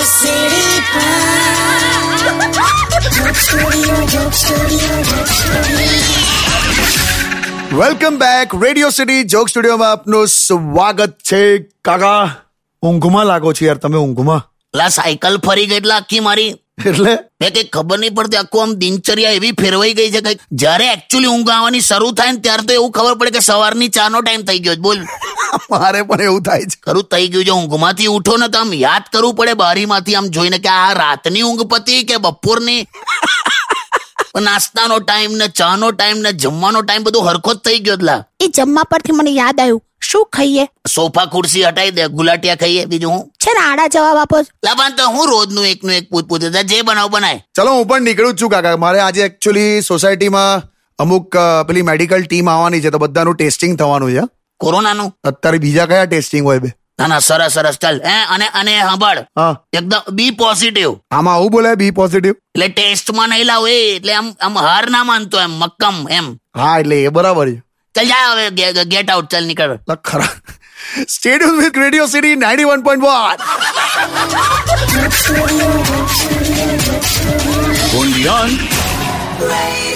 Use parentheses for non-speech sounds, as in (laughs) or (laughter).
સીડી welcome back radio city joke સ્ટુડિયોમાં આપનું સ્વાગત છે કાકા ઊંઘમાં લાગો છો યાર તમે ઊંઘમાં લા સાયકલ ફરી ગઈ એટલે આખી મારી એટલે મેં કઈ ખબર નહીં પડતી આખું આમ દિનચર્યા એવી ફેરવાઈ ગઈ છે કઈ જ્યારે એકચ્યુઅલી ઊંઘ આવવાની શરૂ થાય ને ત્યારે તો એવું ખબર પડે કે સવારની ચા નો ટાઈમ થઈ ગયો છે. બોલ મારે પણ એવું થાય છે ખરું થઈ ગયું છે ઊંઘમાંથી ઉઠો ને તો આમ યાદ કરવું પડે બારીમાંથી આમ જોઈને કે આ રાતની ઊંઘ પતી કે બપોરની (laughs) નાસ્તાનો ટાઈમ ને ચાનો ટાઈમ ને જમવાનો ટાઈમ બધું હરખો જ થઈ ગયો એટલા એ જમવા પરથી મને યાદ આવ્યું શું ખાઈએ સોફા ખુરશી હટાઈ દે ગુલાટિયા ખાઈએ બીજું હું છે ને આડા જવાબ આપો લાભાન તો હું રોજનું એકનું એક પૂત પૂછે જે બનાવ બનાય ચલો હું પણ નીકળું જ છું કાકા મારે આજે એકચ્યુઅલી સોસાયટીમાં અમુક અ, પેલી મેડિકલ ટીમ આવવાની છે તો બધાનું ટેસ્ટિંગ થવાનું છે કોરોનાનું અત્યારે બીજા કયા ટેસ્ટિંગ હોય બે ના ના સરસ સરસ ચાલ હે અને અને સાંભળ હા એકદમ બી પોઝિટિવ આમાં આવું બોલાય બી પોઝિટિવ એટલે ટેસ્ટમાં નહીં લાવ એ એટલે આમ આમ હાર ના માનતો એમ મક્કમ એમ હા એટલે એ બરાબર છે ચાલ જા હવે ગેટ આઉટ ચાલ નીકળ લા, ખરા stadium with radio city ninety one point one Radio